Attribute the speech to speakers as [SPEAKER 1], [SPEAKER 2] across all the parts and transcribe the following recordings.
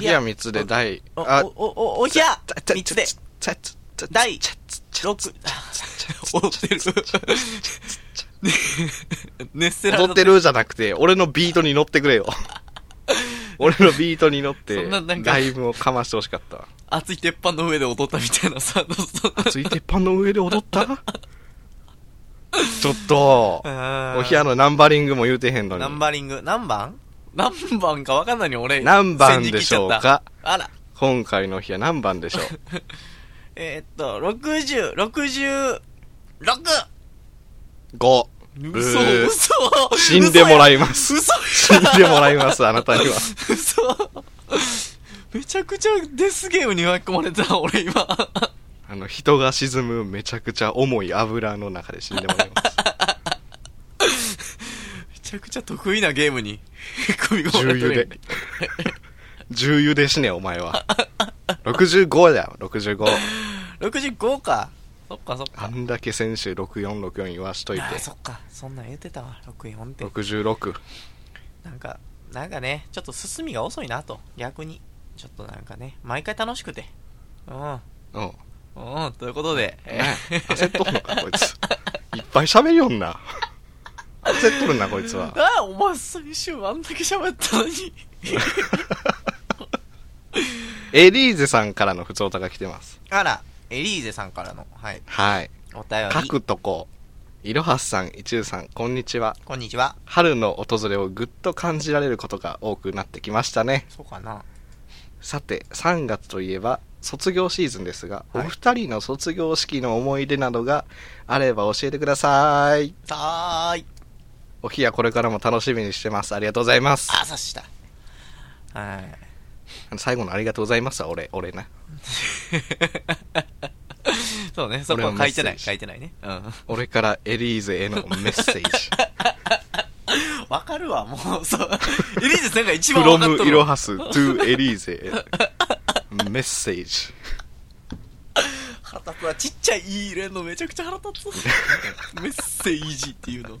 [SPEAKER 1] 屋三つで第、
[SPEAKER 2] お、
[SPEAKER 1] あ、
[SPEAKER 2] お、お、おひゃ三つで、第六、踊ってる。ネステラ
[SPEAKER 1] 踊
[SPEAKER 2] の
[SPEAKER 1] っ、てるじゃなくて、俺のビートに乗って くれよ。俺のビートに乗っ
[SPEAKER 2] そ
[SPEAKER 1] て、
[SPEAKER 2] んななんか
[SPEAKER 1] ライブをかましてほしかっ たわ。
[SPEAKER 2] 熱い鉄板の上で踊ったみたいなさ、そんな
[SPEAKER 1] つい鉄板の上で踊っ たちょっと、
[SPEAKER 2] あー
[SPEAKER 1] お部屋のナンバリングも言うてへんの
[SPEAKER 2] ナン
[SPEAKER 1] に。
[SPEAKER 2] バリング、何番何番かわかんないのに俺、
[SPEAKER 1] 何番でしょうか
[SPEAKER 2] 先に聞いちゃったあら、
[SPEAKER 1] 今回の部屋何番でしょ う
[SPEAKER 2] えーっと、60、66!
[SPEAKER 1] ?5。ブ
[SPEAKER 2] 嘘、
[SPEAKER 1] ー
[SPEAKER 2] 嘘
[SPEAKER 1] 死んでもら
[SPEAKER 2] い
[SPEAKER 1] います。
[SPEAKER 2] 嘘
[SPEAKER 1] 死んでもらいます、あなたには。
[SPEAKER 2] 嘘めちゃくちゃデスゲームに巻き込まれてた、俺今。
[SPEAKER 1] あの、人が沈むめちゃくちゃ重い油の中で死んでもらいます。
[SPEAKER 2] めちゃくちゃ得意なゲームに 組み込まれ
[SPEAKER 1] 重
[SPEAKER 2] て
[SPEAKER 1] 油
[SPEAKER 2] るや
[SPEAKER 1] で
[SPEAKER 2] ん。
[SPEAKER 1] 重油で死ね、お前 は。65だよ、65。
[SPEAKER 2] 65か。そっかそっ
[SPEAKER 1] あ
[SPEAKER 2] か。
[SPEAKER 1] んだけ先週6464言わしといて
[SPEAKER 2] あ。あそっか。そんなん言ってたわ。64って。
[SPEAKER 1] 66。
[SPEAKER 2] なんか、なんかね、ちょっと進みが遅いなと。逆に。ちょっとなんかね、毎回楽しくて。うん。
[SPEAKER 1] うん。
[SPEAKER 2] うん。ということで、え
[SPEAKER 1] ね焦っとるのか、こいつ。いっぱい喋りよんな。焦っとるな、こいつは。
[SPEAKER 2] なあ、お前先週あんだけ喋ったのに。
[SPEAKER 1] エリーゼさんからの普通歌が来てます。
[SPEAKER 2] あら、エリーゼさんからの、はい、
[SPEAKER 1] はい。
[SPEAKER 2] お便り。
[SPEAKER 1] 各とこ。いろはさん、いちゅうさん、こんにちは。
[SPEAKER 2] こんにちは。
[SPEAKER 1] 春の訪れをぐっと感じられることが多くなってきましたね。
[SPEAKER 2] そうかな。
[SPEAKER 1] さて、3月といえば、卒業シーズンですが、
[SPEAKER 2] はい
[SPEAKER 1] お二人の卒業式の思い出などがあれば教えてください。
[SPEAKER 2] さーい。
[SPEAKER 1] お日やこれからも楽しみにしてます。ありがとうございます。
[SPEAKER 2] あ、刺した。はい。
[SPEAKER 1] あの最後のありがとうございますは俺、俺な。
[SPEAKER 2] そうね、そこは書いてない。書いてないね。うん。
[SPEAKER 1] 俺からエリーゼへのメッセージ。
[SPEAKER 2] わかるわ、もう、 そう。エリーゼさんが 一
[SPEAKER 1] フ
[SPEAKER 2] 番
[SPEAKER 1] ロ
[SPEAKER 2] わかっ
[SPEAKER 1] ム
[SPEAKER 2] と
[SPEAKER 1] イ
[SPEAKER 2] る
[SPEAKER 1] ロ
[SPEAKER 2] わ。
[SPEAKER 1] ハス to エリーゼメッセージ
[SPEAKER 2] 腹立つわ。ちっちゃい「い」入れんのめちゃくちゃ腹立つ。 メッセージって いうの。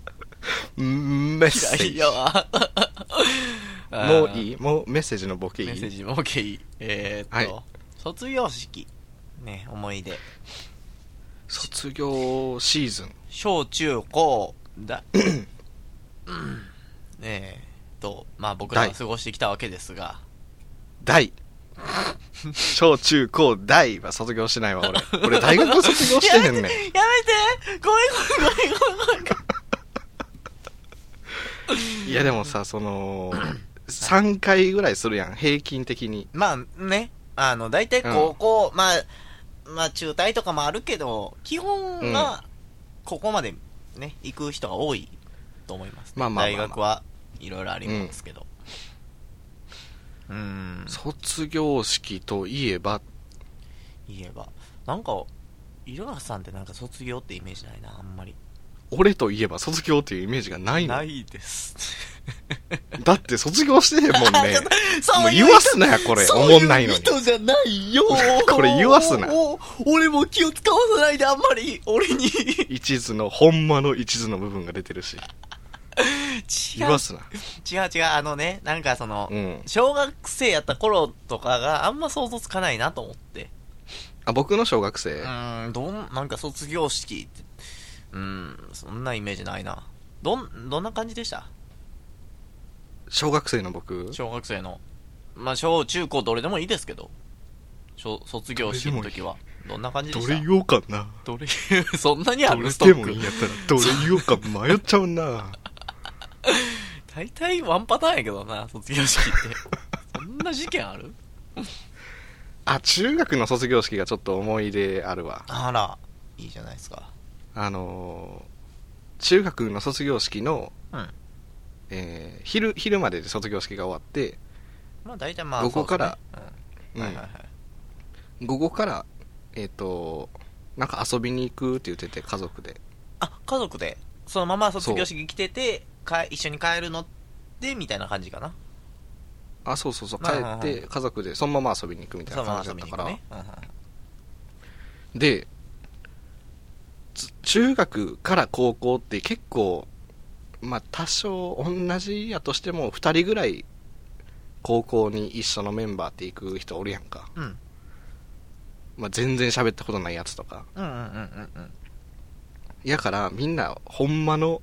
[SPEAKER 1] メッセ
[SPEAKER 2] 嫌い
[SPEAKER 1] ージ
[SPEAKER 2] やわ。
[SPEAKER 1] もう
[SPEAKER 2] い。
[SPEAKER 1] いいもうメッセージのボケい
[SPEAKER 2] メッセー
[SPEAKER 1] い
[SPEAKER 2] ジも OK いい。えーっ
[SPEAKER 1] は
[SPEAKER 2] と、卒業式。ね、思い出。
[SPEAKER 1] 卒業シーズン
[SPEAKER 2] 小中高 だうんえー、とまあ僕らが過ごしてきたわけですが
[SPEAKER 1] 大小中高大は卒業しないわ俺俺大学卒業してへんね
[SPEAKER 2] や
[SPEAKER 1] ん
[SPEAKER 2] めてごめんごめんごめんごめんごめん
[SPEAKER 1] いやでもさその3回ぐらいするやん平均的に
[SPEAKER 2] まあねあの大体高校、まあまあ中退とかもあるけど基本はここまでね行く人が多いと思います、ね
[SPEAKER 1] まあまあまあまあ
[SPEAKER 2] 大学はいろいろありますけどうーん
[SPEAKER 1] 卒業式といえば
[SPEAKER 2] 言えばなんかいろはさんってなんか卒業ってイメージないなあんまり
[SPEAKER 1] 俺といえば卒業っていうイメージがないの
[SPEAKER 2] いです。
[SPEAKER 1] だって卒業してへんもん ねも
[SPEAKER 2] そうう
[SPEAKER 1] 言わすなやこれ
[SPEAKER 2] そう
[SPEAKER 1] 思んないのに
[SPEAKER 2] 人じゃないよ
[SPEAKER 1] これ言わすな
[SPEAKER 2] お俺も気を使わせないで、あんまり、俺に。違
[SPEAKER 1] 一途の、ほんまの一途の部分が出てるし。言わ
[SPEAKER 2] う、
[SPEAKER 1] すな。
[SPEAKER 2] 違う違う、あのね、なんかその、
[SPEAKER 1] うん。
[SPEAKER 2] 小学生やった頃とかがあんま想像つかないなと思って。
[SPEAKER 1] あ、僕の小学生。
[SPEAKER 2] うーん、どん、なんか卒業式って、うーん、そんなイメージないな。どん、どんな感じでした
[SPEAKER 1] 小学生の僕。
[SPEAKER 2] 小学生の。まあ、小、中、高、どれでもいいですけど。小卒業式の時は。どんな感じで
[SPEAKER 1] ど
[SPEAKER 2] した
[SPEAKER 1] れ言おうかな。
[SPEAKER 2] どれ そんなにあ
[SPEAKER 1] ど
[SPEAKER 2] る
[SPEAKER 1] れ
[SPEAKER 2] スト
[SPEAKER 1] で
[SPEAKER 2] ッ
[SPEAKER 1] もいいん
[SPEAKER 2] ク
[SPEAKER 1] やったら、どれ言おうか迷っちゃうな。
[SPEAKER 2] 大体ワンパターンやけどな卒業式って そんな事件ある
[SPEAKER 1] あ、中学の卒業式がちょっと思い出あるわ。
[SPEAKER 2] あらいいじゃないですか
[SPEAKER 1] あのー中学の卒業式の、
[SPEAKER 2] うん
[SPEAKER 1] えー昼、昼までで卒業式が終わって、
[SPEAKER 2] まあ大体まあ
[SPEAKER 1] どこから
[SPEAKER 2] そうですね
[SPEAKER 1] うん
[SPEAKER 2] うんはいはいはい
[SPEAKER 1] 午後から、えっ、と、なんか遊びに行くって言ってて、家族で。
[SPEAKER 2] あ家族でそのまま卒業式来ててか一緒に帰るのでみたいな感じかな
[SPEAKER 1] あ、そうそうそう、
[SPEAKER 2] まあ
[SPEAKER 1] 帰って、家族でそのまま遊びに行くみたい
[SPEAKER 2] そ
[SPEAKER 1] な
[SPEAKER 2] のまま
[SPEAKER 1] 感じだ
[SPEAKER 2] 遊
[SPEAKER 1] っ
[SPEAKER 2] び
[SPEAKER 1] た
[SPEAKER 2] に行く
[SPEAKER 1] から。
[SPEAKER 2] ね、うんうん
[SPEAKER 1] でつ中学から高校って結構まあ多少同じやとしても2人ぐらい高校に一緒のメンバーって行く人おるやんか、
[SPEAKER 2] うん
[SPEAKER 1] まあ、全然喋ったことないやつとか
[SPEAKER 2] うんうんうんうん
[SPEAKER 1] やからみんなほんまの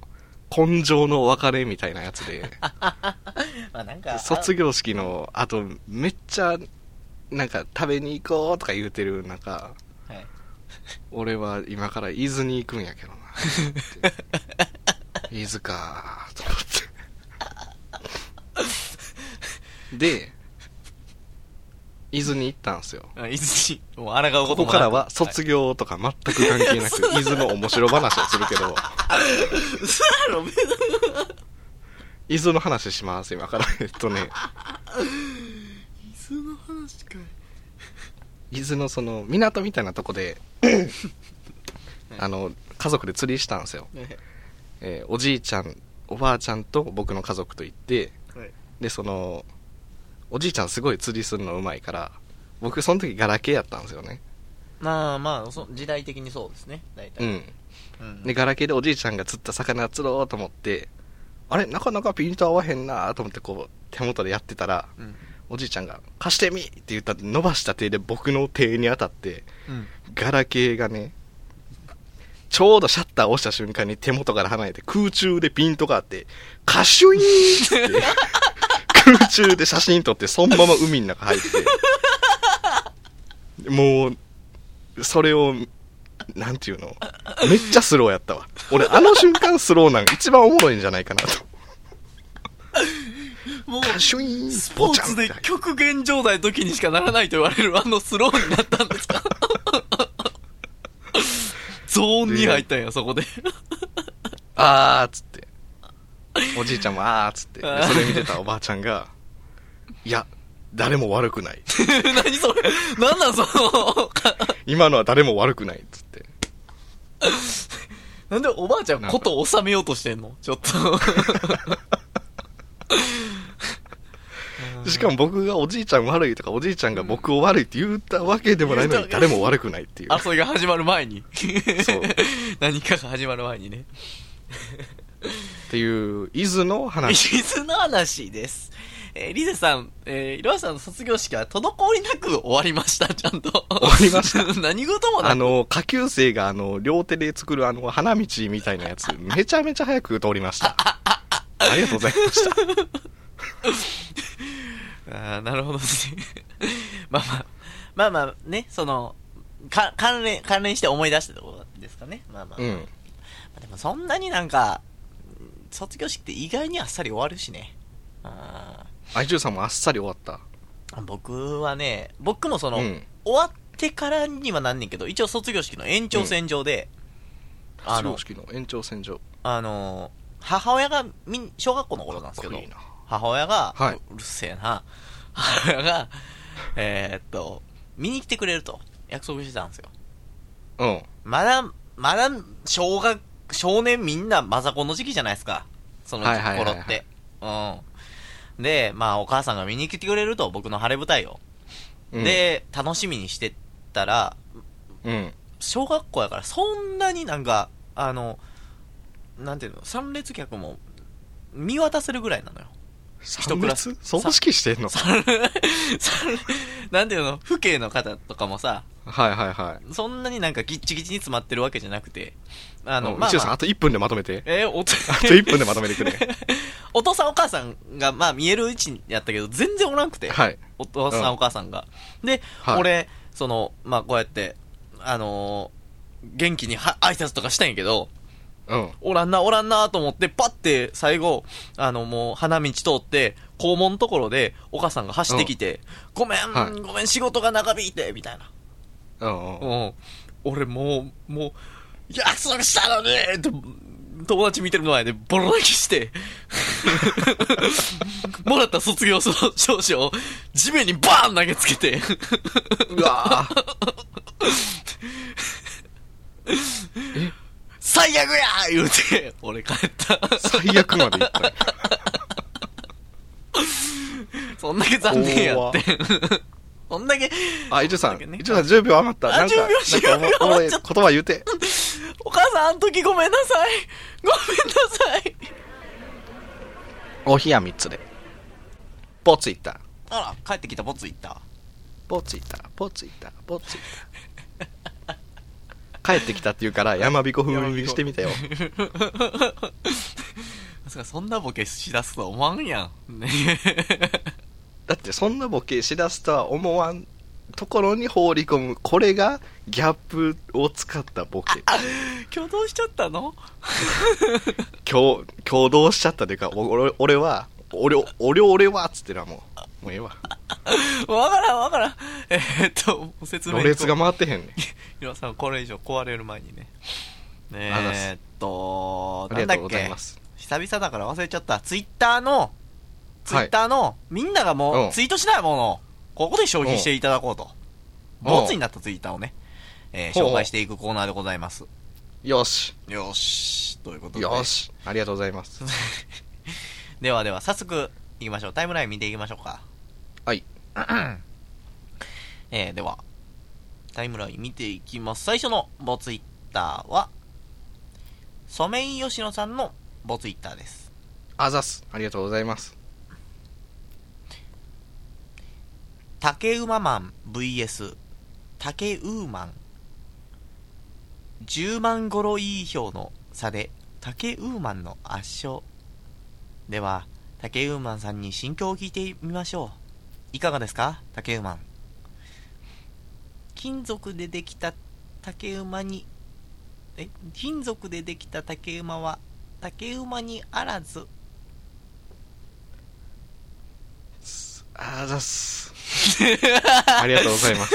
[SPEAKER 1] 根性の別れみたいなやつで
[SPEAKER 2] まあなんか
[SPEAKER 1] 卒
[SPEAKER 2] 業
[SPEAKER 1] 業式のあとめっちゃなんか食べに行こうとか言うてる中
[SPEAKER 2] はい
[SPEAKER 1] 俺は今から伊豆に行くんやけどなって伊豆かと思ってで伊豆に行ったんですよ
[SPEAKER 2] あいつに もうあらがうこ
[SPEAKER 1] ことこ
[SPEAKER 2] もなく
[SPEAKER 1] からは卒業とか全く関係なく、伊豆の面白話をするけど、
[SPEAKER 2] はい嘘やろ別に
[SPEAKER 1] 伊豆の話します、今から。 えっとね、
[SPEAKER 2] 水の話かい
[SPEAKER 1] 伊豆のその港みたいなと こで、あの、家族で釣りしたんですよ。
[SPEAKER 2] はい
[SPEAKER 1] えーおじいちゃん、おばあちゃんと僕の家族と行って、
[SPEAKER 2] はい
[SPEAKER 1] で、その、おじいちゃんすごい釣りするのうまいから、僕その時ガラケーやったんですよね。
[SPEAKER 2] まあまあそ時代的にそうですね大
[SPEAKER 1] う
[SPEAKER 2] 体
[SPEAKER 1] ん。
[SPEAKER 2] うん
[SPEAKER 1] で、ガラケーでおじいちゃんが釣った魚釣ろうと思って、あれなかなかピント合わへんなと思ってこう、手元でやってたら、
[SPEAKER 2] うん
[SPEAKER 1] おじいちゃんが「貸してみ!」って言った伸ばした手で僕の手に当たって
[SPEAKER 2] うん
[SPEAKER 1] ガラケーがねちょうどシャッターを押した瞬間に手元から離れて空中でピントがあってカシュイーンって空中で写真撮ってそのまま海の中入ってもうそれをなんていうのめっちゃスローやったわ俺あの瞬間スローなん一番おもろいんじゃないかなと
[SPEAKER 2] もう
[SPEAKER 1] カシュイーン
[SPEAKER 2] スポーツで
[SPEAKER 1] ボチャンって
[SPEAKER 2] 極限状態の時にしかならないと言われるあのスローになったんですか ゾーンに入ったんや、そこで。
[SPEAKER 1] あーっつって。おじいちゃんもあーっつって。
[SPEAKER 2] あー
[SPEAKER 1] でそれ見てたおばあちゃんが、いや、誰も悪くない。
[SPEAKER 2] 何それ何なんその、
[SPEAKER 1] 今のは誰も悪くないっつって。
[SPEAKER 2] なんでおばあちゃんことを収めようとしてんのちょっと。
[SPEAKER 1] しかも僕がおじいちゃん悪いとか、おじいちゃんが僕を悪いって言ったわけでもないの
[SPEAKER 2] 言
[SPEAKER 1] に、
[SPEAKER 2] った
[SPEAKER 1] 誰も悪くないっていう。
[SPEAKER 2] 争いが始まる前に
[SPEAKER 1] そう。
[SPEAKER 2] 何かが始まる前にね。
[SPEAKER 1] っていう、伊豆の
[SPEAKER 2] 伊
[SPEAKER 1] 話。
[SPEAKER 2] 豆の話です。えーリゼさん、えー、いろはさんの卒業式は滞りなく終わりました、ちゃんと。終。
[SPEAKER 1] わりました
[SPEAKER 2] 何事もなく
[SPEAKER 1] あの、下級生があの、両手で作るあの、花道みたいなやつ、めちゃめちゃ早く通りました。ありがとうございました。
[SPEAKER 2] ああ、なるほどね。 まあまあ、まあまあね、その、か、関連、関連して思い出したところですかね。まあまあ。
[SPEAKER 1] うん。
[SPEAKER 2] でもそんなになんか、うん卒業式って意外にあっさり終わるしね。あ
[SPEAKER 1] 愛中さんもあっさり終わった。
[SPEAKER 2] ー僕はね、僕もその、
[SPEAKER 1] うん
[SPEAKER 2] 終わってからにはなんねんけど、一応卒業式の延長線上で、あ
[SPEAKER 1] 卒
[SPEAKER 2] の
[SPEAKER 1] 業、式の延長線上。
[SPEAKER 2] あの、母親がみん、小学校の頃なんですけ
[SPEAKER 1] かっ
[SPEAKER 2] ど
[SPEAKER 1] こいい、な
[SPEAKER 2] 母親が、
[SPEAKER 1] はいう
[SPEAKER 2] うるせえな、母親が、えーっと、見に来てくれると約束してたんですよ。
[SPEAKER 1] うん。
[SPEAKER 2] まだ、まだ、小学、少年みんなマザコンの時期じゃないですか。その頃って。
[SPEAKER 1] はいはいはい
[SPEAKER 2] うん。で、まあ、お母さんが見に来てくれると、僕の晴れ舞台を。
[SPEAKER 1] うん、
[SPEAKER 2] で、楽しみにしてたら、
[SPEAKER 1] うん。
[SPEAKER 2] 小学校やから、そんなになんか、あの、なんていうの、参列客も、見渡せるぐらいなのよ。
[SPEAKER 1] 一
[SPEAKER 2] クラス
[SPEAKER 1] 葬式してんの
[SPEAKER 2] 参参なんていうの、父兄の方とかもさ、
[SPEAKER 1] はいはいはい。
[SPEAKER 2] そんなになんかギッチギチに詰まってるわけじゃなくて、あ
[SPEAKER 1] あ
[SPEAKER 2] の、
[SPEAKER 1] の、
[SPEAKER 2] まあ
[SPEAKER 1] 一応さん、
[SPEAKER 2] まあ。
[SPEAKER 1] あと1分でまとめて
[SPEAKER 2] えーおと
[SPEAKER 1] あと1分でまとめてくれ。
[SPEAKER 2] お父さんお母さんが、まあ見える位置にやったけど、全然おらんくて。
[SPEAKER 1] はい。
[SPEAKER 2] お父さん、
[SPEAKER 1] うん
[SPEAKER 2] お母さんが。で、
[SPEAKER 1] はい
[SPEAKER 2] 俺、その、まあこうやって、あのー元気には挨拶とかしたんやけど、
[SPEAKER 1] うん。
[SPEAKER 2] おらんな、おらんなと思って、パッて最後、あのもう花道通って、校門のところで、お母さんが走ってきて、ごめん、
[SPEAKER 1] はい
[SPEAKER 2] ごめん、仕事が長引いて、みたいな。
[SPEAKER 1] うんうん。
[SPEAKER 2] うん。俺もう、もう、約束したのにと、友達見てる前でボロ泣きして、 もらった卒業証書を地面にバーン投げつけて、
[SPEAKER 1] うわぁ。
[SPEAKER 2] 最悪や言うて、俺帰った。
[SPEAKER 1] 最悪までいった。
[SPEAKER 2] そんだけ残念やって。そんだけ、
[SPEAKER 1] あ、一応さ、
[SPEAKER 2] そうん だけね
[SPEAKER 1] 一応さん10秒余った。
[SPEAKER 2] あ
[SPEAKER 1] なんか、
[SPEAKER 2] 10秒
[SPEAKER 1] なんかおも、おもろい言葉言うて。
[SPEAKER 2] お母さん、あの時ごめんなさい。ごめんなさい。
[SPEAKER 1] お冷や3つで。ポツイった。
[SPEAKER 2] あら、帰ってきたボツ行った。
[SPEAKER 1] ポツイたポツイたポツイ た帰ってきたって言うからやまびこ風にしてみたよ
[SPEAKER 2] まさかそんなボケしだすとは思わんやん。ね、
[SPEAKER 1] だってそんなボケしだすとは思わんところに放り込むこれがギャップを使ったボケ
[SPEAKER 2] 挙動しちゃったの
[SPEAKER 1] 共共同しちゃったというかお俺俺は俺俺俺はっつってなもうもうええわ
[SPEAKER 2] わからんわからん。えーっと、説明
[SPEAKER 1] ろれつが回ってへんねん
[SPEAKER 2] 皆さん、これ以上壊れる前にね。ね
[SPEAKER 1] ありがとうございます
[SPEAKER 2] えーっと、
[SPEAKER 1] あ
[SPEAKER 2] な
[SPEAKER 1] り
[SPEAKER 2] ん
[SPEAKER 1] が
[SPEAKER 2] だ
[SPEAKER 1] とう
[SPEAKER 2] っ
[SPEAKER 1] ござい
[SPEAKER 2] け
[SPEAKER 1] ます
[SPEAKER 2] 久々だから忘れちゃった。ツイッターの、ツイ
[SPEAKER 1] はい
[SPEAKER 2] ッターの、みんながも
[SPEAKER 1] うん
[SPEAKER 2] う、ツイートしないものを、ここで消費していただこうと。
[SPEAKER 1] うん
[SPEAKER 2] ボツになったツイッターをね、えー
[SPEAKER 1] ほうほう
[SPEAKER 2] 紹介していくコーナーでございます。
[SPEAKER 1] よし
[SPEAKER 2] よし、ということで。
[SPEAKER 1] よしありがとうござい ます
[SPEAKER 2] ではでは、早速、行きましょう。タイムライン見ていきましょうか。
[SPEAKER 1] はい。
[SPEAKER 2] えー、では、タイムライン見ていきます。最初のボツイッターは、ソメイヨシノさんのボツイッターです。
[SPEAKER 1] あざすありがとうございます
[SPEAKER 2] 竹馬マン VS 竹ウーマン。10万ゴロいい票の差で竹ウーマンの圧勝。では、竹ウーマンさんに心境を聞いてみましょう。いかがですか竹ウーマン。金属でできた竹馬に、え、金属でできた竹馬は竹馬にあらず。
[SPEAKER 1] あざ すありがとうございます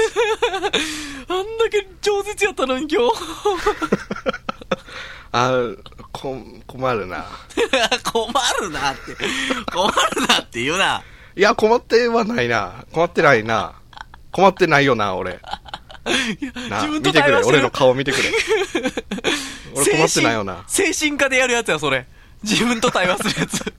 [SPEAKER 2] あんだけ饒舌やったのに今日。
[SPEAKER 1] あーこ困るな
[SPEAKER 2] 困るなって。困るなって言うな。
[SPEAKER 1] いや困ってはないな困ってないな困ってないよな俺な
[SPEAKER 2] 自分と
[SPEAKER 1] 見てく
[SPEAKER 2] 対
[SPEAKER 1] れ
[SPEAKER 2] 話してる
[SPEAKER 1] 俺の顔見てくれ 俺困ってないよな
[SPEAKER 2] 精神精神科でやるやつや、それ。自分と対話するやつ。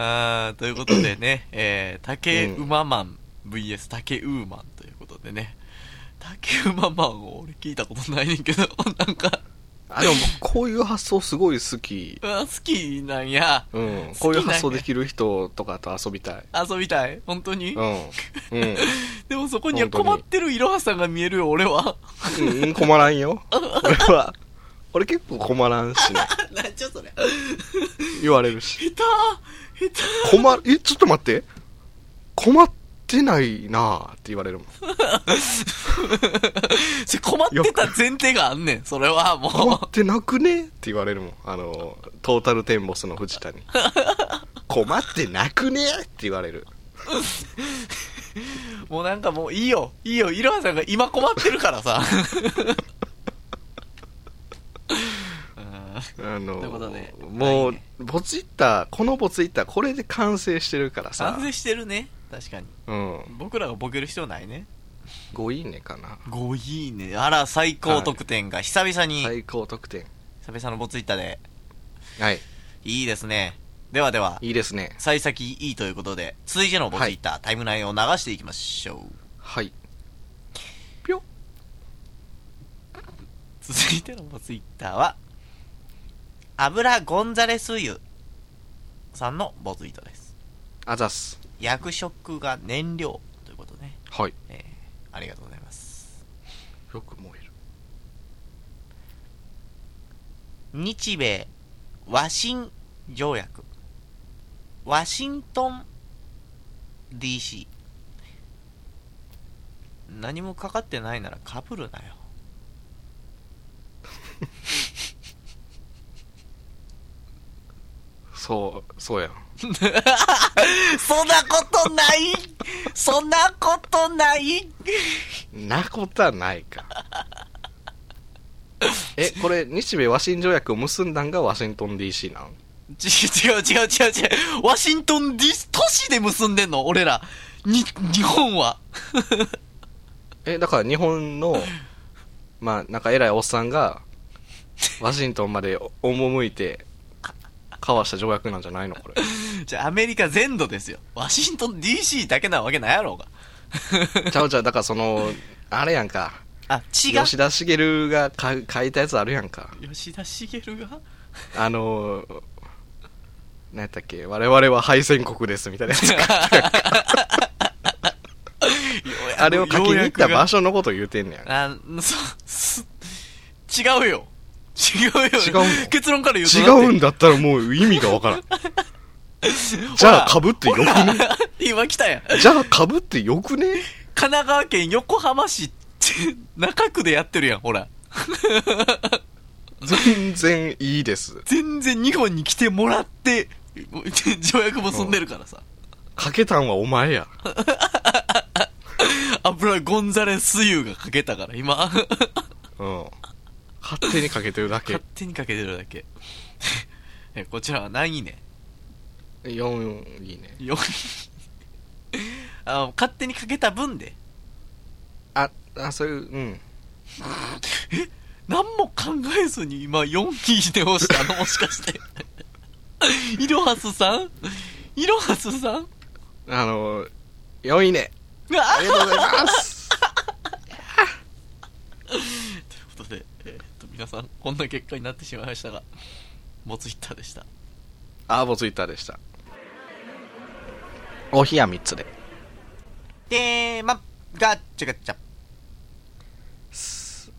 [SPEAKER 2] あーということでね、えー、竹馬マン VS 竹ウーマンということでね。竹馬マンを俺聞いたことないねんけど、なんか、
[SPEAKER 1] あでも僕こういう発想すごい好き
[SPEAKER 2] うわ好きなんや。
[SPEAKER 1] うんこういう発想で
[SPEAKER 2] き
[SPEAKER 1] きる人とかと遊びたい
[SPEAKER 2] 遊びたい本当に、
[SPEAKER 1] うん、うん
[SPEAKER 2] でもそこには
[SPEAKER 1] 本当に
[SPEAKER 2] 困ってるいろはさんが見えるよ、俺は。
[SPEAKER 1] うんうん、困らん よ。俺は、俺結構困らんしね。
[SPEAKER 2] なんじゃそれ。
[SPEAKER 1] 言われるし。
[SPEAKER 2] 下手下手
[SPEAKER 1] 困る、え、ちょっと待って。困ってないなあって言われるもん。
[SPEAKER 2] それ困ってた前提があんねん、それはも
[SPEAKER 1] 困っ
[SPEAKER 2] う。
[SPEAKER 1] てなくねって言われるもん。あの、トータルテンボスの藤田に。困ってなくねって言われる。
[SPEAKER 2] もうなんかもういいよ、いいよ、いろはさんが今困ってるから さ。うん
[SPEAKER 1] あ
[SPEAKER 2] ということ
[SPEAKER 1] の
[SPEAKER 2] で、
[SPEAKER 1] も、
[SPEAKER 2] はいう
[SPEAKER 1] ボツイッター、このボツイッター、これで完成してるからさ
[SPEAKER 2] 賛。成してるね、確かに。
[SPEAKER 1] うん。
[SPEAKER 2] 僕らがボケる必要ないね。
[SPEAKER 1] 5いいねかな。
[SPEAKER 2] ごいいね。あら、最高得点が久々に、
[SPEAKER 1] 最高得点。
[SPEAKER 2] 久々のボツイッターで。
[SPEAKER 1] はい。
[SPEAKER 2] いいですね。ではでは、
[SPEAKER 1] いいですね。
[SPEAKER 2] 幸先いいということで、続いてのボツイッター、タイムラインを流していきましょう。
[SPEAKER 1] はい。ぴょ。
[SPEAKER 2] 続いてのツイッターは、油ゴンザレス油さんのボツイートです。
[SPEAKER 1] あざっす。
[SPEAKER 2] 役職が燃料ということね。
[SPEAKER 1] はい。
[SPEAKER 2] えーありがとうございます。
[SPEAKER 1] よく燃える。
[SPEAKER 2] 日米和親条約。ワシントン DC。何もかかってないならかぶるなよ。
[SPEAKER 1] そう、そうやん。
[SPEAKER 2] そんなことないそんなことない
[SPEAKER 1] なことはない か。え、これ、日米和親条約を結んだんがワシントン DC なん
[SPEAKER 2] ち違う違う違う違う。ワシントン DC 都市で結んでんの俺ら。に、日本は。
[SPEAKER 1] え、だから日 本の、まあ、なんか偉いおっさんが、ワシントンまで赴いて、交わした条約なんじゃないのこれ。
[SPEAKER 2] じゃあアメリカ全土ですよ。ワシントン DC だけなわけないやろうが。
[SPEAKER 1] ちゃうちゃう、だからその、あれやんか。
[SPEAKER 2] あ、違う。
[SPEAKER 1] 吉田茂がか書いたやつあるやんか。
[SPEAKER 2] 吉田茂が
[SPEAKER 1] あの、何やったっけ我々は敗戦国ですみたい なやつあれを書きに行った場
[SPEAKER 2] 所。
[SPEAKER 1] 所のこと言うてんねやん。
[SPEAKER 2] あ、そうす、違うよ。違うよ。
[SPEAKER 1] 違うの
[SPEAKER 2] 結論から言うと
[SPEAKER 1] 違
[SPEAKER 2] だって。
[SPEAKER 1] うんだったらもう意味が わからん。じゃあ被ってよくね
[SPEAKER 2] 今来たやん。神
[SPEAKER 1] じゃあ被ってよくね
[SPEAKER 2] 奈川県横浜市って中区でやってるやん、ほら。
[SPEAKER 1] 全然いいです。
[SPEAKER 2] 全然日本に来てもらって、 条約も済んでるからさ。
[SPEAKER 1] かけたんはお前や。
[SPEAKER 2] 油ゴンザレスユがかけたから、今。
[SPEAKER 1] うん。勝手にかけてるだけ
[SPEAKER 2] 勝。手にかけてるだけ。 えこちらは何位ね
[SPEAKER 1] 4、いいね。
[SPEAKER 2] よあの勝手にかけた分で、
[SPEAKER 1] あ、あ、そういう、うん。
[SPEAKER 2] 何も考えずに今4位で押したのもしかして。 イロハスさんイロハスさん
[SPEAKER 1] あの、4いいね。あ
[SPEAKER 2] あ
[SPEAKER 1] りがとうござい ます。
[SPEAKER 2] ということで、えーっと、皆さん、こんな結果になってしまいましたが、モツイッターでした。
[SPEAKER 1] アーボツイッターでした。お冷や3つで。
[SPEAKER 2] でーま、ガッチャガッチャ。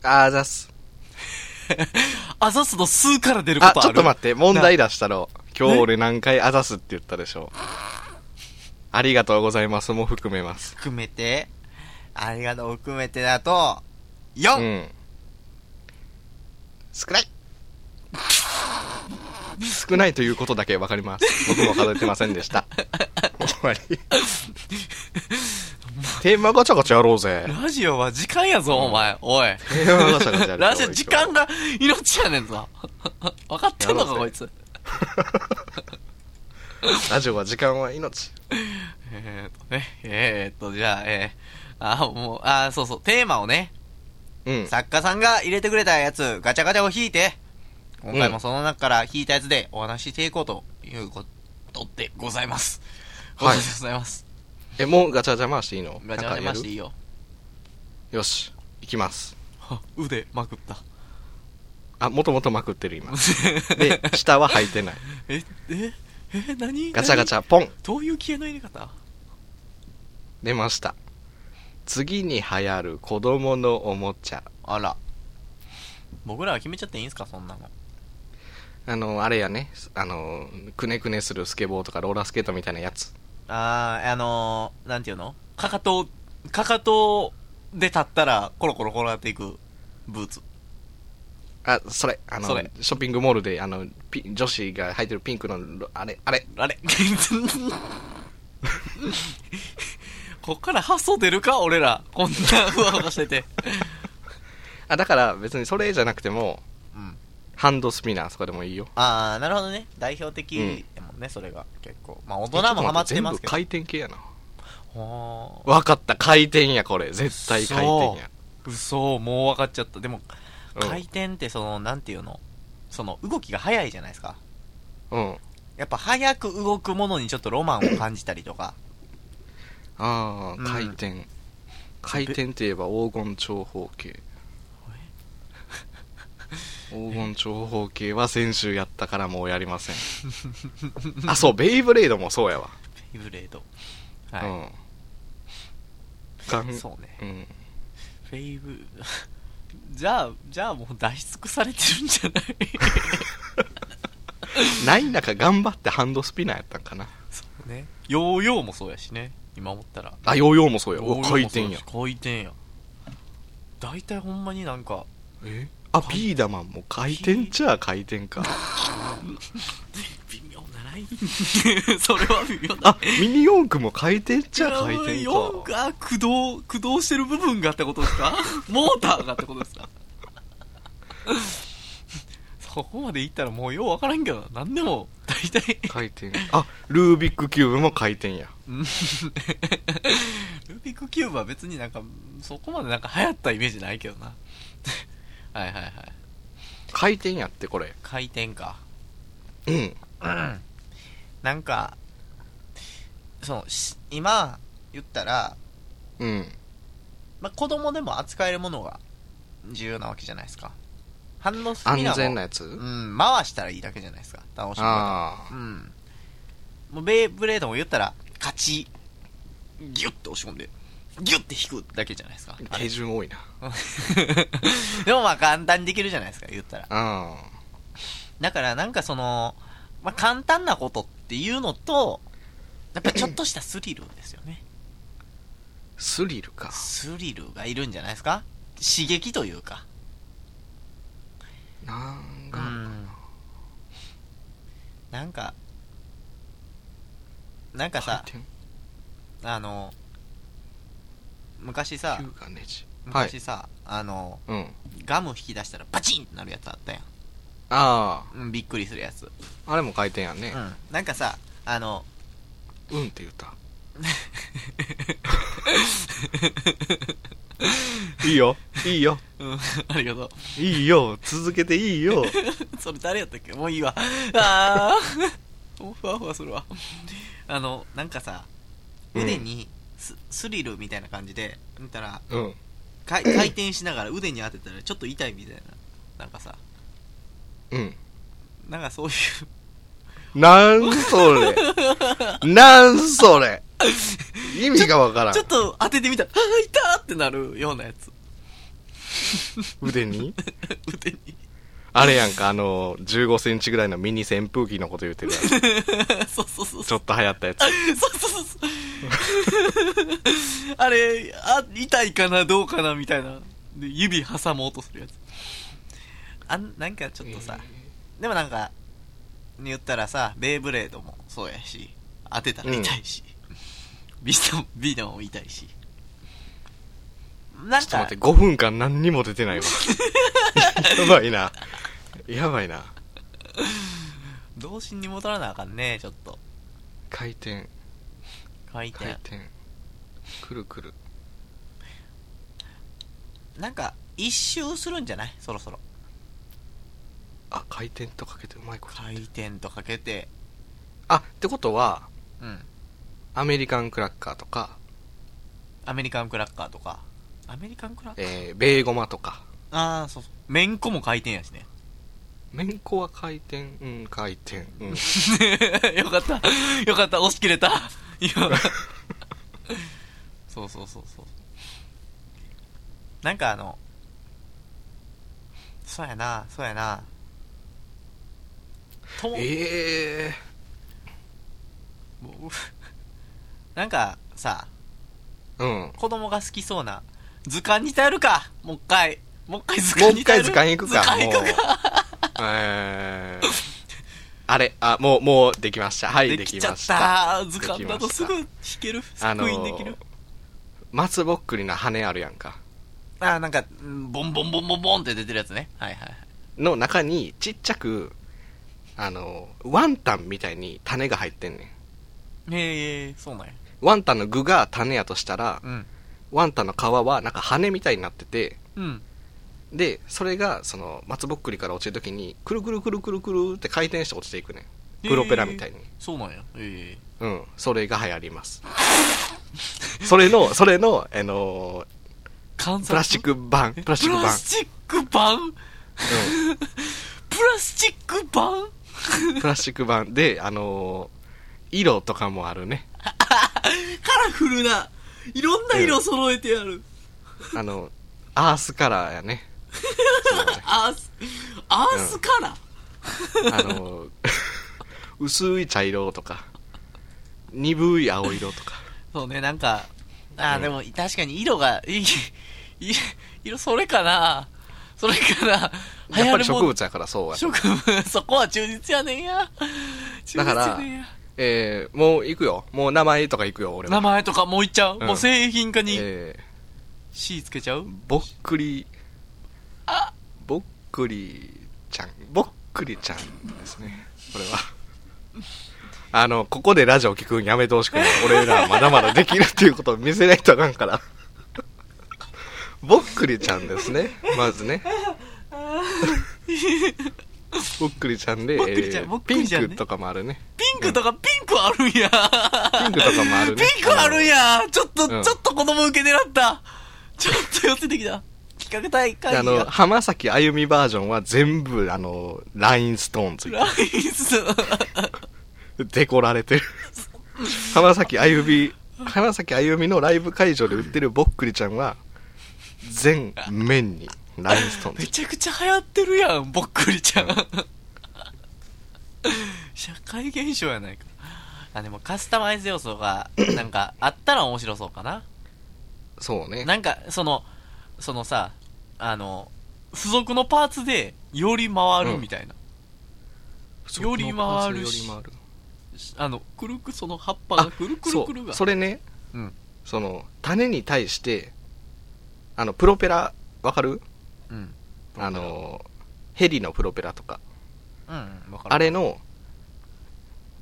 [SPEAKER 1] あーざっす。
[SPEAKER 2] あざすの数から出るこ
[SPEAKER 1] あ、
[SPEAKER 2] とある
[SPEAKER 1] ちょっと待って、問題出したろ。今日俺何回あざすって言ったでしょう。ありがとうございますも含めます。
[SPEAKER 2] 含めて、ありがとう含めてだと、
[SPEAKER 1] う
[SPEAKER 2] 4!、
[SPEAKER 1] ん。少ない少ないということだけ分かります。僕も数えてませんでした。終わり。テーマガチャガチャやろうぜ。
[SPEAKER 2] ラジオは時間やぞ、お前。おい。
[SPEAKER 1] テーマガチャガチャやろ う
[SPEAKER 2] ラジオ時間が命やねんぞ。 分かってんのか、
[SPEAKER 1] やろ
[SPEAKER 2] こ
[SPEAKER 1] う
[SPEAKER 2] い
[SPEAKER 1] ぜ
[SPEAKER 2] つ。
[SPEAKER 1] ラジオは時間は命。
[SPEAKER 2] えーっとね、えーっと、じゃあ、えー、あ、もう、あ、そうそう、テーマをね、
[SPEAKER 1] うん。
[SPEAKER 2] 作家さんが入れてくれたやつ、ガチャガチャを引いて、今回もその中から引いたやつでお話ししていこうということでございます。
[SPEAKER 1] はい
[SPEAKER 2] ございます。
[SPEAKER 1] え、もうガチャガチャ回していいの
[SPEAKER 2] ガチャガチャ
[SPEAKER 1] な
[SPEAKER 2] 回
[SPEAKER 1] んか
[SPEAKER 2] し
[SPEAKER 1] や
[SPEAKER 2] て
[SPEAKER 1] る
[SPEAKER 2] いいよ。
[SPEAKER 1] よし。行きます。
[SPEAKER 2] は腕まくった。
[SPEAKER 1] あ、もともとまくってる今。で、下は履いてない。
[SPEAKER 2] え、え、 え、何
[SPEAKER 1] ガチャガチ
[SPEAKER 2] ャ。
[SPEAKER 1] ャ、ポン
[SPEAKER 2] どういう消えの入れ方
[SPEAKER 1] 出ました。次に流行る子供のおもちゃ。
[SPEAKER 2] あら。僕らは決めちゃっていいんすか、そんなの。
[SPEAKER 1] あの、あれやね。あの、くねくねするスケボーとかローラースケートみたいなやつ。
[SPEAKER 2] あー、あのー、なんていうのかかと、かかとで立ったら、コロコロ転がっていくブーツ。
[SPEAKER 1] あ、それ、あの、
[SPEAKER 2] それ
[SPEAKER 1] ショッピングモールで、あの、ピ女子が履いてるピンクのロ、あれ、あれ、
[SPEAKER 2] あれこっから発想出るか俺ら。こんなふわふわしてて。
[SPEAKER 1] あ、だから別にそれじゃなくても、
[SPEAKER 2] うん。
[SPEAKER 1] ハンドスピナーとかでもいいよ。
[SPEAKER 2] あー、なるほどね。代表的やもんね、それが。結構。まあ、大人もハマってますけど。
[SPEAKER 1] 全部回転系やな。
[SPEAKER 2] ほ
[SPEAKER 1] わかった、回転や、これ。絶対回転や。
[SPEAKER 2] ー嘘、もう分かっちゃった。でも、
[SPEAKER 1] うん
[SPEAKER 2] 回転ってその、なんていうのその、動きが速いじゃないですか。
[SPEAKER 1] うん。
[SPEAKER 2] やっぱ早く動くものにちょっとロマンを感じたりとか。
[SPEAKER 1] あ
[SPEAKER 2] う
[SPEAKER 1] あ、
[SPEAKER 2] ん
[SPEAKER 1] 回転。回転って言えば黄金長方形。黄金長方形は先週やったからもうやりません。あ、そう、ベイブレードもそうやわ。
[SPEAKER 2] ベイブレード。
[SPEAKER 1] う
[SPEAKER 2] は
[SPEAKER 1] ん。ガン
[SPEAKER 2] い。そうね。
[SPEAKER 1] うん。
[SPEAKER 2] フェイブ、 じゃあ、じゃあもう脱出されてるんじゃない
[SPEAKER 1] ない中頑張ってハンドスピナーやったんかな。
[SPEAKER 2] そうね。ヨーヨーもそうやしね。今思ったら。
[SPEAKER 1] あ、ヨーヨーもそうや。
[SPEAKER 2] ヨーヨー
[SPEAKER 1] お
[SPEAKER 2] もそう
[SPEAKER 1] 回転や
[SPEAKER 2] し。回転や。大体ほんまになんか、
[SPEAKER 1] えあ、ピーダマンも回転っちゃ回転か。
[SPEAKER 2] 微妙なライン。 それは微妙な。
[SPEAKER 1] あ、ミニ四駆も回転っちゃ回転
[SPEAKER 2] 4
[SPEAKER 1] か。
[SPEAKER 2] が駆動、駆動してる部分がってことです かモーターがってことですか そこまでいったらもうようわからんけどな、なんでも、大体、
[SPEAKER 1] 回転。あ、ルービックキューブも回転や。
[SPEAKER 2] うんル ービックキューブは別になんか、そこまでなんか流行ったイメージないけどな。 はいはいはい。
[SPEAKER 1] 回転やって、これ。
[SPEAKER 2] 回転か。
[SPEAKER 1] うん。
[SPEAKER 2] なんか、その、し今、言ったら、
[SPEAKER 1] うん。
[SPEAKER 2] まあ、子供でも扱えるものが重要なわけじゃないですか。反応する
[SPEAKER 1] 安全な
[SPEAKER 2] や
[SPEAKER 1] やつ
[SPEAKER 2] うん、回したらいいだけじゃないですか。楽しみ方
[SPEAKER 1] ああ。
[SPEAKER 2] うん。もうベイブレードも言ったら、勝ち、ギュッと押し込んで、ギュッて引くだけじゃないですか。あれ
[SPEAKER 1] 手順多いな。
[SPEAKER 2] でもまあ簡単にできるじゃないですか、言ったら。
[SPEAKER 1] ああ。
[SPEAKER 2] だからなんかその、まあ簡単なことっていうのと、やっぱちょっとしたスリルですよね。
[SPEAKER 1] スリルか。
[SPEAKER 2] スリルがいるんじゃないですか刺激というか。
[SPEAKER 1] なん
[SPEAKER 2] う
[SPEAKER 1] か、
[SPEAKER 2] ん。なんか、なんか
[SPEAKER 1] 回
[SPEAKER 2] さ、
[SPEAKER 1] 転
[SPEAKER 2] あの、昔さ、
[SPEAKER 1] 球がねじ。はい
[SPEAKER 2] 昔。さ、あの、
[SPEAKER 1] うん。
[SPEAKER 2] ガム引き出したらバチンってなるやつあったやん。
[SPEAKER 1] あ
[SPEAKER 2] うん、びっくりするやつ。
[SPEAKER 1] あ。あれも回転やん
[SPEAKER 2] う
[SPEAKER 1] ね。
[SPEAKER 2] ん。なんかさ、あの、
[SPEAKER 1] うんって 言った。いいよ。いいよ。
[SPEAKER 2] うん、 ありがとう。
[SPEAKER 1] いいよ。続けてい いよ。
[SPEAKER 2] それ誰やったっけもういいわ。ああ。 もうふわふわするわ。あの、なんかさ、
[SPEAKER 1] うん
[SPEAKER 2] 腕にス,、スリルみたいな感じで、見たら、
[SPEAKER 1] うん。
[SPEAKER 2] か回転しながら腕に当てたらちょっと痛いみたいな。なんかさ、
[SPEAKER 1] うん。
[SPEAKER 2] なんかそういう、
[SPEAKER 1] なん それ。なんそれ。意味がわからん
[SPEAKER 2] ちょ。っと当ててみたら、ああ、痛ーってなるようなやつ。
[SPEAKER 1] 腕に
[SPEAKER 2] 腕に。
[SPEAKER 1] あれやんか、あの、15センチぐらいのミニ扇風機のこと言ってるやん。
[SPEAKER 2] そうそうそう
[SPEAKER 1] ち
[SPEAKER 2] そ
[SPEAKER 1] ょ
[SPEAKER 2] う。
[SPEAKER 1] っと流行ったやつ。
[SPEAKER 2] そうそうそうそう。あれ、あ、痛いかな、どうかな、みたいな。で、指挟もうとするやつ。あん、なんかちょっとさ、でもなんか、言ったらさ、ベイブレードもそうやし、当てたら痛いし、ビストも、ビーダも痛いし。なん
[SPEAKER 1] ちょっ
[SPEAKER 2] か
[SPEAKER 1] と待、って、5分間何にも出 てないわ。やばいな。やばいな。
[SPEAKER 2] 童心に戻らなあかんね、ちょっと。
[SPEAKER 1] 回転、
[SPEAKER 2] 回転。
[SPEAKER 1] 回転。くるくる。
[SPEAKER 2] なんか、一周するんじゃないそろそろ。
[SPEAKER 1] あ、回転とかけてうまいこと。
[SPEAKER 2] 回転とかけて、
[SPEAKER 1] あ、ってことは、
[SPEAKER 2] うん。
[SPEAKER 1] アメリカンクラッカーとか、
[SPEAKER 2] アメリカンクラッカーとか。アメリカンクラッカー
[SPEAKER 1] えー、ベーゴマとか。
[SPEAKER 2] ああ、そうそう。めんこも回転やしね。
[SPEAKER 1] めんこは回転、うん、回転、うん。
[SPEAKER 2] よかった。よかった。押し切れた。 今。そうそうそうそう。なんかあの、そうやな、そうやな。とも、
[SPEAKER 1] ええ
[SPEAKER 2] もう なんかさ、
[SPEAKER 1] ー、うん。
[SPEAKER 2] 子供が好きそうな、図鑑に頼るか。もう一回。もう一回図鑑に頼る。
[SPEAKER 1] もう一回図鑑行くか
[SPEAKER 2] 図鑑行くか。
[SPEAKER 1] えー、あれ、あ、もう、もうできました。はい、
[SPEAKER 2] で
[SPEAKER 1] で
[SPEAKER 2] き
[SPEAKER 1] き
[SPEAKER 2] ちゃ
[SPEAKER 1] ま
[SPEAKER 2] っ
[SPEAKER 1] した。
[SPEAKER 2] た。図鑑だとすぐ弾ける。
[SPEAKER 1] あの
[SPEAKER 2] 復印できる。
[SPEAKER 1] 松ぼっくりの羽あるやんか。
[SPEAKER 2] ああ、なんか、うんボンボンボンボンボンって出てるやつね。はいはいはい。
[SPEAKER 1] の中に、ちっちゃく、あの、ワンタンみたいに種が入ってんねん。
[SPEAKER 2] へえ、そうなんや。
[SPEAKER 1] ワンタンの具が種やとしたら、
[SPEAKER 2] うん。
[SPEAKER 1] ワンタンの皮はなんか羽みたいになってて、
[SPEAKER 2] うん。
[SPEAKER 1] で、それが、その、松ぼっくりから落ちるときに、くるくるくるくるくるって回転して落ちていくねん。プロペラみたいに。
[SPEAKER 2] そうなんや。ええ。
[SPEAKER 1] うん。それが流行ります。それの、それの、あの
[SPEAKER 2] 観
[SPEAKER 1] ープラスチック板、プラスチ
[SPEAKER 2] プ
[SPEAKER 1] ッ
[SPEAKER 2] ラ
[SPEAKER 1] ク板。
[SPEAKER 2] スチック板プラスチック板
[SPEAKER 1] うん。プラスチック板で、あのー色とかもあるね。
[SPEAKER 2] カラフルないろんな色揃えてやる。
[SPEAKER 1] あの、アースカラーやね。そうね
[SPEAKER 2] アース、アースカラー
[SPEAKER 1] あのー 薄い茶色とか、鈍い青色とか。
[SPEAKER 2] そうね、なんか、ああ、
[SPEAKER 1] うん
[SPEAKER 2] でも確かに色が、いい、い色、それかなそれかな
[SPEAKER 1] やっぱり
[SPEAKER 2] 流行
[SPEAKER 1] 植
[SPEAKER 2] るもん
[SPEAKER 1] 物やからそうや。
[SPEAKER 2] 植物、そこは忠実やねんや。忠実
[SPEAKER 1] だから
[SPEAKER 2] やねんや。
[SPEAKER 1] えー、もう行くよ。もう名前とか行くよ、俺
[SPEAKER 2] 名
[SPEAKER 1] は。
[SPEAKER 2] 前とかもういっちゃう、
[SPEAKER 1] うん
[SPEAKER 2] もう製品化に
[SPEAKER 1] えー
[SPEAKER 2] C つけちゃう
[SPEAKER 1] ぼっくりぼっくりちゃんぼっくりちゃんですねこれはあのここでラジオ聞くんやめてほしくない俺らまだまだできるっていうことを見せないとあかんからぼっくりちゃんですねまずねぼっくりちゃんで
[SPEAKER 2] ぼっくりちゃん
[SPEAKER 1] えー
[SPEAKER 2] ぼっく
[SPEAKER 1] ピ
[SPEAKER 2] り
[SPEAKER 1] ン
[SPEAKER 2] ちゃんね
[SPEAKER 1] クとかもあるね
[SPEAKER 2] ピンクとか、ピンクあるんや。
[SPEAKER 1] ピンクとかもあるね
[SPEAKER 2] ピンクあるんや。ちょっと、
[SPEAKER 1] うん
[SPEAKER 2] ちょっと子供受け狙った。ちょっと寄せてきた。企画大会
[SPEAKER 1] あの
[SPEAKER 2] が。
[SPEAKER 1] 浜崎あゆみバージョンは全部あのラインストーンついて
[SPEAKER 2] ライス。
[SPEAKER 1] デコられてる浜崎あゆみ、浜崎あゆみのライブ会場で売ってるぼっくりちゃんは、全面にラインストーンで
[SPEAKER 2] め。ちゃくちゃ流行ってるやんぼっくりちゃん社会現象やないかあでもカスタマイズ要素がなんかあったら面白そうかな
[SPEAKER 1] そうね。
[SPEAKER 2] なんかそのそのさあの付属のパーツでより回るみたいな、より回るし
[SPEAKER 1] より回る
[SPEAKER 2] あのくるくその葉っぱがくるくるくる
[SPEAKER 1] そう
[SPEAKER 2] が
[SPEAKER 1] それね、
[SPEAKER 2] うん
[SPEAKER 1] その、種に対して、あの、プロペラ、わかる
[SPEAKER 2] うん
[SPEAKER 1] あの、ヘリのプロペラとか。
[SPEAKER 2] うんうんわかる
[SPEAKER 1] あれの、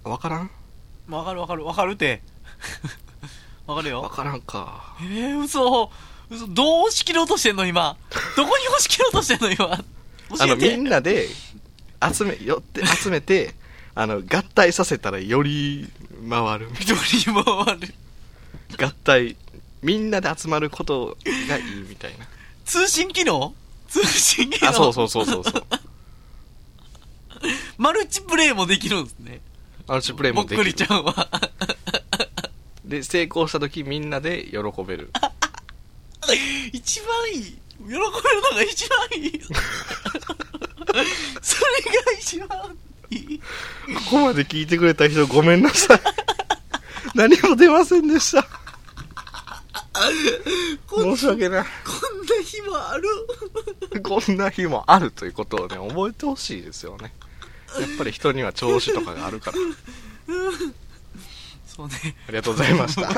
[SPEAKER 1] わからん
[SPEAKER 2] わかるわかるわかるって わかるよ
[SPEAKER 1] わからんか。
[SPEAKER 2] えー、嘘嘘どう押し切ろうとしてんの今どこに押し切ろうとしてんの今
[SPEAKER 1] あ
[SPEAKER 2] 教
[SPEAKER 1] の、
[SPEAKER 2] え
[SPEAKER 1] み
[SPEAKER 2] て
[SPEAKER 1] んなで、集め、寄って、集めて、あの、合体させたらより回る。
[SPEAKER 2] どに回る
[SPEAKER 1] 合体、みんなで集まることがいいみたいな。
[SPEAKER 2] 通信機能通信機能
[SPEAKER 1] あ、そうそうそうそうそう。
[SPEAKER 2] マルチプレイもできるんですね
[SPEAKER 1] マルチプレイもでき
[SPEAKER 2] ぼっ
[SPEAKER 1] る
[SPEAKER 2] くり。ちゃんは
[SPEAKER 1] で、成功した時みんなで喜べる。
[SPEAKER 2] 一番いい喜べるのが一番い いそれが一番いい
[SPEAKER 1] ここまで聞いてくれた人ごめんな さい。何も出ませんでした。
[SPEAKER 2] こんこん
[SPEAKER 1] 申
[SPEAKER 2] な
[SPEAKER 1] し訳ない。
[SPEAKER 2] 暇ある
[SPEAKER 1] こんな日もあるということをね、覚えてほしいですよね。やっぱり人には調子とかがあるから。
[SPEAKER 2] そうね
[SPEAKER 1] ありがとうございました。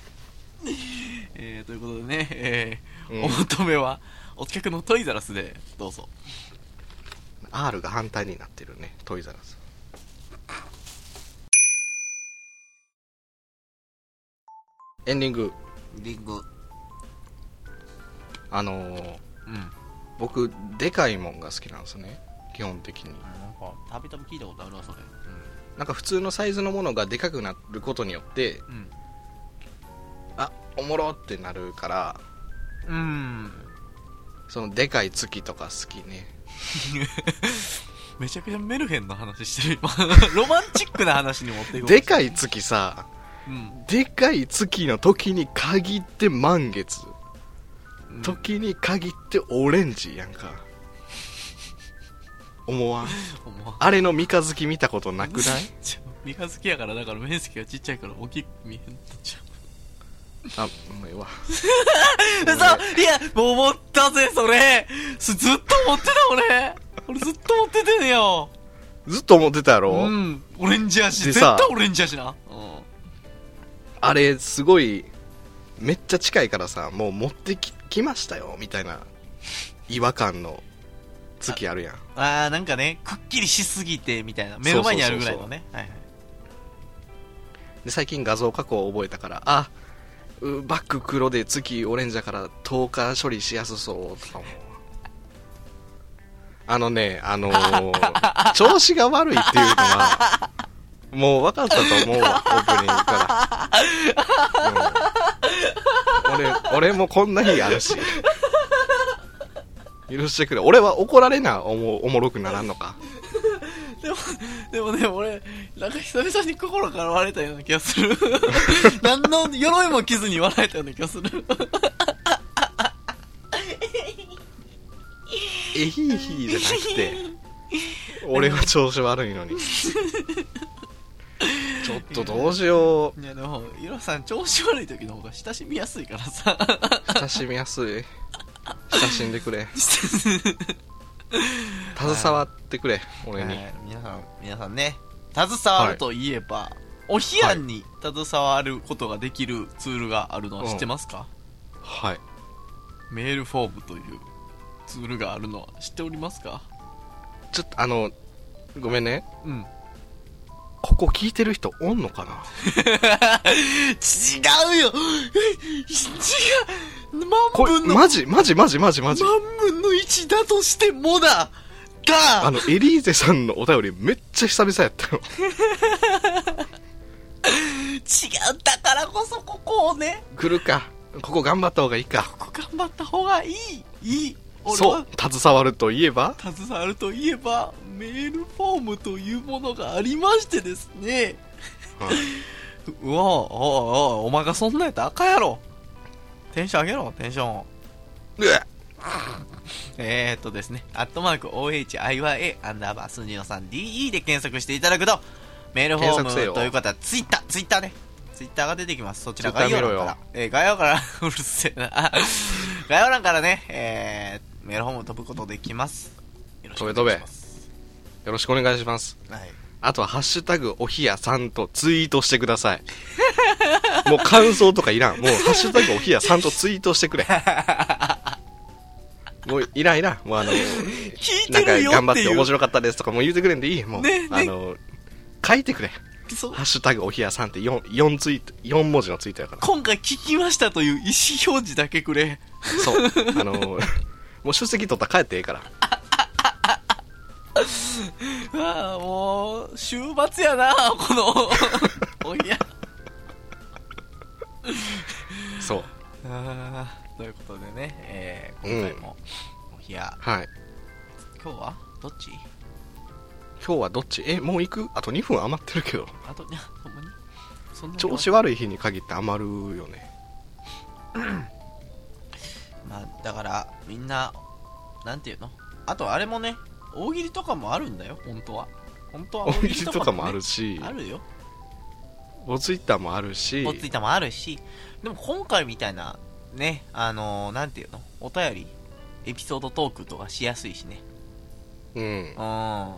[SPEAKER 2] えー、ということでね、えー
[SPEAKER 1] うん
[SPEAKER 2] お求めはお近くのトイザラスでどうぞ
[SPEAKER 1] R が反対になってるね、トイザラス。エンディング、
[SPEAKER 2] リング
[SPEAKER 1] あのー
[SPEAKER 2] うんなん
[SPEAKER 1] 僕、でかいもんが好きなんですね、基本的に。
[SPEAKER 2] かたびたび聞いたことあるわそれ
[SPEAKER 1] なんか普通のサイズのものがでかくなることによって、
[SPEAKER 2] うん
[SPEAKER 1] あおもろってなるから、
[SPEAKER 2] うん、
[SPEAKER 1] そのでかい月とか好きね。
[SPEAKER 2] めちゃくちゃメルヘンの話して る今ロマンチックな話に持っていこう
[SPEAKER 1] でか
[SPEAKER 2] い、
[SPEAKER 1] い月さ、
[SPEAKER 2] うん
[SPEAKER 1] でかい月の時に限って満月、
[SPEAKER 2] うん
[SPEAKER 1] 時に限ってオレンジやんか。思わん。
[SPEAKER 2] 思わ
[SPEAKER 1] あれの三日月見たことなくない
[SPEAKER 2] ちょ三日月やからだから面積がちっちゃいから大きく見えんのちゃう
[SPEAKER 1] あ、もうええわ。
[SPEAKER 2] 嘘いやもう思ったぜそれすずっと思ってた俺俺ずっと思っててんよ
[SPEAKER 1] ずっと思ってたやろ、
[SPEAKER 2] うんオレンジ足
[SPEAKER 1] で
[SPEAKER 2] 絶
[SPEAKER 1] さ
[SPEAKER 2] 対オレンジ足なうん
[SPEAKER 1] あれ、すごい、めっちゃ近いからさ、もう持ってききましたよ、みたいな、違和感の月あるやん。
[SPEAKER 2] あーなんかねくっきりしすぎてみたいな目の前にあるぐらいのねはいはい
[SPEAKER 1] で、最近画像加工を覚えたから、あ、うバック黒で月オレンジだから10日処理しやすそう、とかも。あのね、あのー調子が悪いっていうのは、もう分かったと思うわ、オープニングから。うん俺、俺もこんな日あるし。許してくれ。俺は怒られな、おもおもろくならんのか。
[SPEAKER 2] でも ね、俺、なんか久々に心から笑えたような気がする。 何の鎧も着ずに笑えたような気がする。
[SPEAKER 1] えひいひいじゃなくて俺は調子悪 いのにちょっとどうしよう
[SPEAKER 2] いやでも、イロさん調子悪い時の方が親しみやすいからさ。
[SPEAKER 1] 親しみやすい親しんでくれ携わってくれ 俺に、
[SPEAKER 2] はい皆さん、皆さんね、携わるといえば、おひやんに携わることができるツールがあるのは知ってますか、
[SPEAKER 1] はい
[SPEAKER 2] メールフォームというツールがあるのは知っておりますか
[SPEAKER 1] ちょっとあのごめんね
[SPEAKER 2] うん。
[SPEAKER 1] ここ聞いてる人おんのかな
[SPEAKER 2] 違うよ違う
[SPEAKER 1] こ
[SPEAKER 2] 万
[SPEAKER 1] れ
[SPEAKER 2] 分の、
[SPEAKER 1] マジマジマジマジマジ
[SPEAKER 2] 万分の1だとしてもだだ
[SPEAKER 1] あのエリーゼさんのお便りめっちゃ久々やったよ
[SPEAKER 2] 違うだからこそここをね
[SPEAKER 1] 来るかここ頑張った方がいいか
[SPEAKER 2] ここ頑張った方がいいいい俺
[SPEAKER 1] そ
[SPEAKER 2] は
[SPEAKER 1] う携わるといえば
[SPEAKER 2] 携わるといえばメールフォームというものがありましてですね
[SPEAKER 1] はいう
[SPEAKER 2] わおおおお前がそんなんやったらあかんやろテンション上げろテンション
[SPEAKER 1] うわ
[SPEAKER 2] えー、っとですね、アットマーク OHIYA アンダーバー数字の 3DE で検索していただくと、メールフォ
[SPEAKER 1] 検索せ
[SPEAKER 2] ー
[SPEAKER 1] よ
[SPEAKER 2] ムという方はツイッター、ツイッターね。ツイッターが出てきます。そちら
[SPEAKER 1] Twitter
[SPEAKER 2] 概
[SPEAKER 1] 見
[SPEAKER 2] 要
[SPEAKER 1] ろ
[SPEAKER 2] 欄
[SPEAKER 1] よ
[SPEAKER 2] から。えー概要から、 うるせえな。あ概要欄からね、えー、メールフォーム飛ぶことできます。よろしくお願いします。
[SPEAKER 1] よろしくお願いします。
[SPEAKER 2] はい。
[SPEAKER 1] あとは、ハッシュタグ、おひやさんとツイートしてください。もう感想とかいらん。もう、ハッシュタグ、おひやさんとツイートしてくれ。もう、いらんいらん。もう、あの、
[SPEAKER 2] 聞い
[SPEAKER 1] なん
[SPEAKER 2] て
[SPEAKER 1] か、
[SPEAKER 2] るよ
[SPEAKER 1] 頑張
[SPEAKER 2] っ
[SPEAKER 1] ってて
[SPEAKER 2] いう。
[SPEAKER 1] 面白かったですとかもう言ってくれんでいい。もう、
[SPEAKER 2] ねね
[SPEAKER 1] あの、書いてくれ。
[SPEAKER 2] そう
[SPEAKER 1] ハッシュタグ、おひやさんって4、四ツイート、四文字のツイートやから。
[SPEAKER 2] 今回聞きましたという意思表示だけくれ。
[SPEAKER 1] そう。あの、もう出席取ったら帰ってええから。
[SPEAKER 2] ああ、もう、終末やな、この、 おいや。
[SPEAKER 1] そう。
[SPEAKER 2] あーということでね、えー、今回も、お冷や、
[SPEAKER 1] はい。
[SPEAKER 2] 今日はどっち
[SPEAKER 1] 今日はどっちえ、もう行くあと2分余ってるけど。
[SPEAKER 2] あと、いや、ほんまにそんなに
[SPEAKER 1] 調子悪い日に限って余るよね。
[SPEAKER 2] まあ、だから、みんな、なんていうのあと、あれもね、大喜利とかもあるんだよ、本当は。本当は
[SPEAKER 1] 大喜利とかもあ
[SPEAKER 2] ね
[SPEAKER 1] るし、
[SPEAKER 2] あるよ。
[SPEAKER 1] ボツイッターもあるし、
[SPEAKER 2] ポツイタもあるし、でも今回みたいな、ね、あのー、なんていうのお便り、エピソードトークとかしやすいしね。
[SPEAKER 1] うん
[SPEAKER 2] う。ん、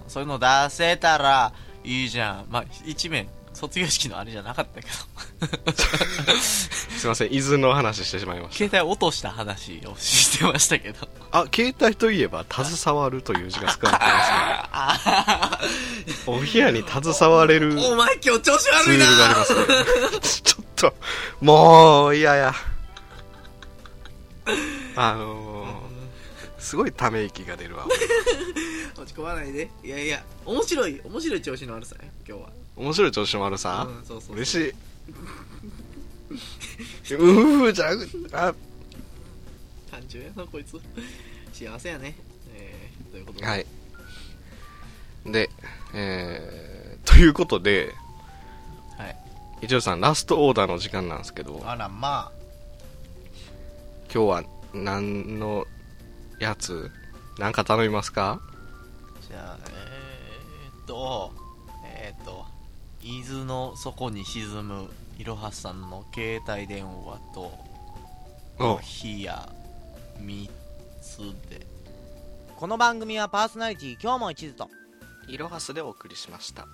[SPEAKER 2] そういうの出せたらいいじゃん。まあ、一面、卒業式のあれじゃなかったけど、
[SPEAKER 1] すいません、伊豆の話してしまいました。
[SPEAKER 2] 携帯落とした話をしてましたけど。
[SPEAKER 1] あ、携帯といえば、携わるという字が少なくて
[SPEAKER 2] あ
[SPEAKER 1] ですね、お部屋に携われ る
[SPEAKER 2] お
[SPEAKER 1] ツール
[SPEAKER 2] 前今日調子悪いな
[SPEAKER 1] がありますね。ちょっと、もう、いやいや。あのー、すごいため息が出るわ。
[SPEAKER 2] 落ち込まないで。いやいや、面白い、面白い調子の悪さよ、今日は。
[SPEAKER 1] 面白い調子もあるさ。
[SPEAKER 2] うん、そうそう。
[SPEAKER 1] 嬉しい。うーじゃなくあ、
[SPEAKER 2] 単純やな、こいつ。幸せやね。えー、ということで。
[SPEAKER 1] はい。で、えー、と いうことで、
[SPEAKER 2] はい。
[SPEAKER 1] 一応さん、ラストオーダーの時間なんですけど、今
[SPEAKER 2] あら、ま
[SPEAKER 1] 日は何のやつなんか頼みますか
[SPEAKER 2] あ、じゃあ、えーっと、えーっと、伊豆の底に沈むいろはさんの携帯電話と、
[SPEAKER 1] おう
[SPEAKER 2] ヒや3つで。
[SPEAKER 3] この番組はパーソナリティ今日も一途と
[SPEAKER 1] いろはすでお送りしました。